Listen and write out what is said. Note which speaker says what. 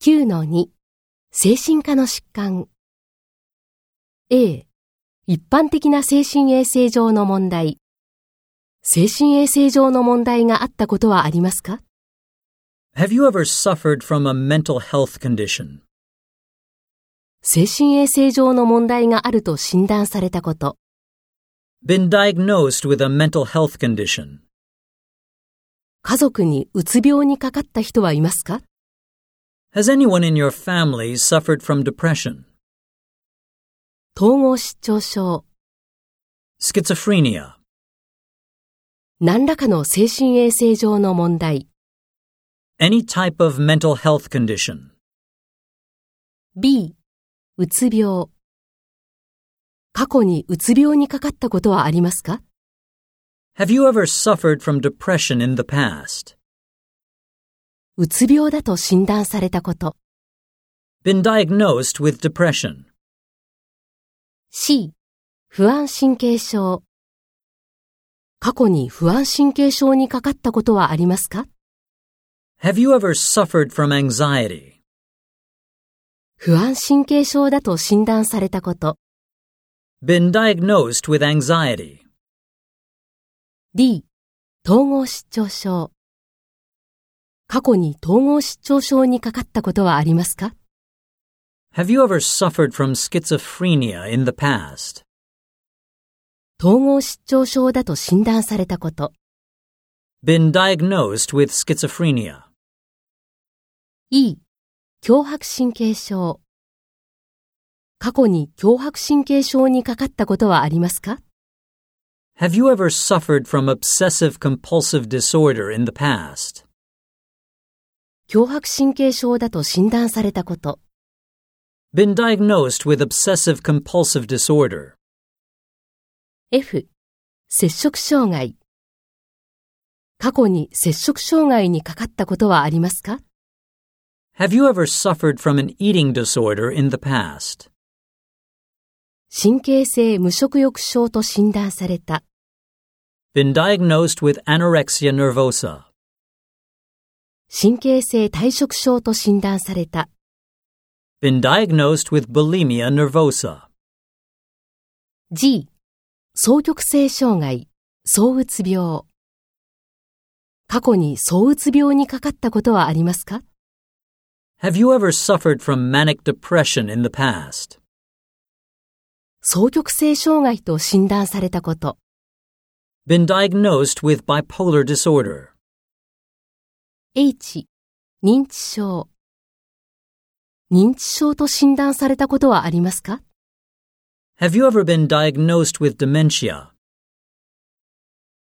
Speaker 1: 9-2精神科の疾患 A 一般的な精神衛生上の問題精神衛生上の問題があったことはありますか
Speaker 2: Have you ever suffered from a mental health condition?
Speaker 1: 精神衛生上の問題があると診断されたこと
Speaker 2: Been diagnosed with a mental health condition?
Speaker 1: 家族にうつ病にかかった人はいますか
Speaker 2: Has anyone in your family suffered from depression,
Speaker 1: 統合失調症
Speaker 2: schizophrenia,
Speaker 1: 何らかの精神衛生上の問題
Speaker 2: any type of mental health condition?
Speaker 1: B うつ病過去にうつ病にかかったことはありますか
Speaker 2: Have you ever suffered from depression in the past?
Speaker 1: うつ病だと診断されたこと。
Speaker 2: Been diagnosed with depression,
Speaker 1: C、不安神経症。過去に不安神経症にかかったことはありますか
Speaker 2: Have you ever suffered from anxiety?
Speaker 1: 不安神経症だと診断されたこと。
Speaker 2: Been diagnosed with anxiety?
Speaker 1: D、統合失調症。過去に統合失調症にかかったことはありますか
Speaker 2: Have you ever suffered from schizophrenia in the past?
Speaker 1: 統合失調症だと診断されたこと。
Speaker 2: Been diagnosed with schizophrenia?
Speaker 1: E、脅迫神経症。過去に脅迫神経症にかかったことはありますか
Speaker 2: Have you ever suffered from obsessive compulsive disorder in the past?
Speaker 1: 脅迫神経症だと診断されたこと。
Speaker 2: Been diagnosed with obsessive compulsive disorder?
Speaker 1: F、接触障害。過去に接触障害にかかったことはありますか
Speaker 2: Have you ever suffered from an eating disorder in the past?
Speaker 1: 神経性無食欲症と診断された。
Speaker 2: Been diagnosed with anorexia nervosa?
Speaker 1: 神経性退食症と診断された。
Speaker 2: Been diagnosed with bulimia nervosa?
Speaker 1: G、双極性障害、躁うつ病。過去に躁うつ病にかかったことはありますか
Speaker 2: Have you ever suffered from manic depression in the past?
Speaker 1: 双極性障害と診断されたこと。
Speaker 2: Been diagnosed with bipolar disorder?
Speaker 1: H、認知症。認知症と診断されたことはありますか
Speaker 2: Have you ever been diagnosed with dementia?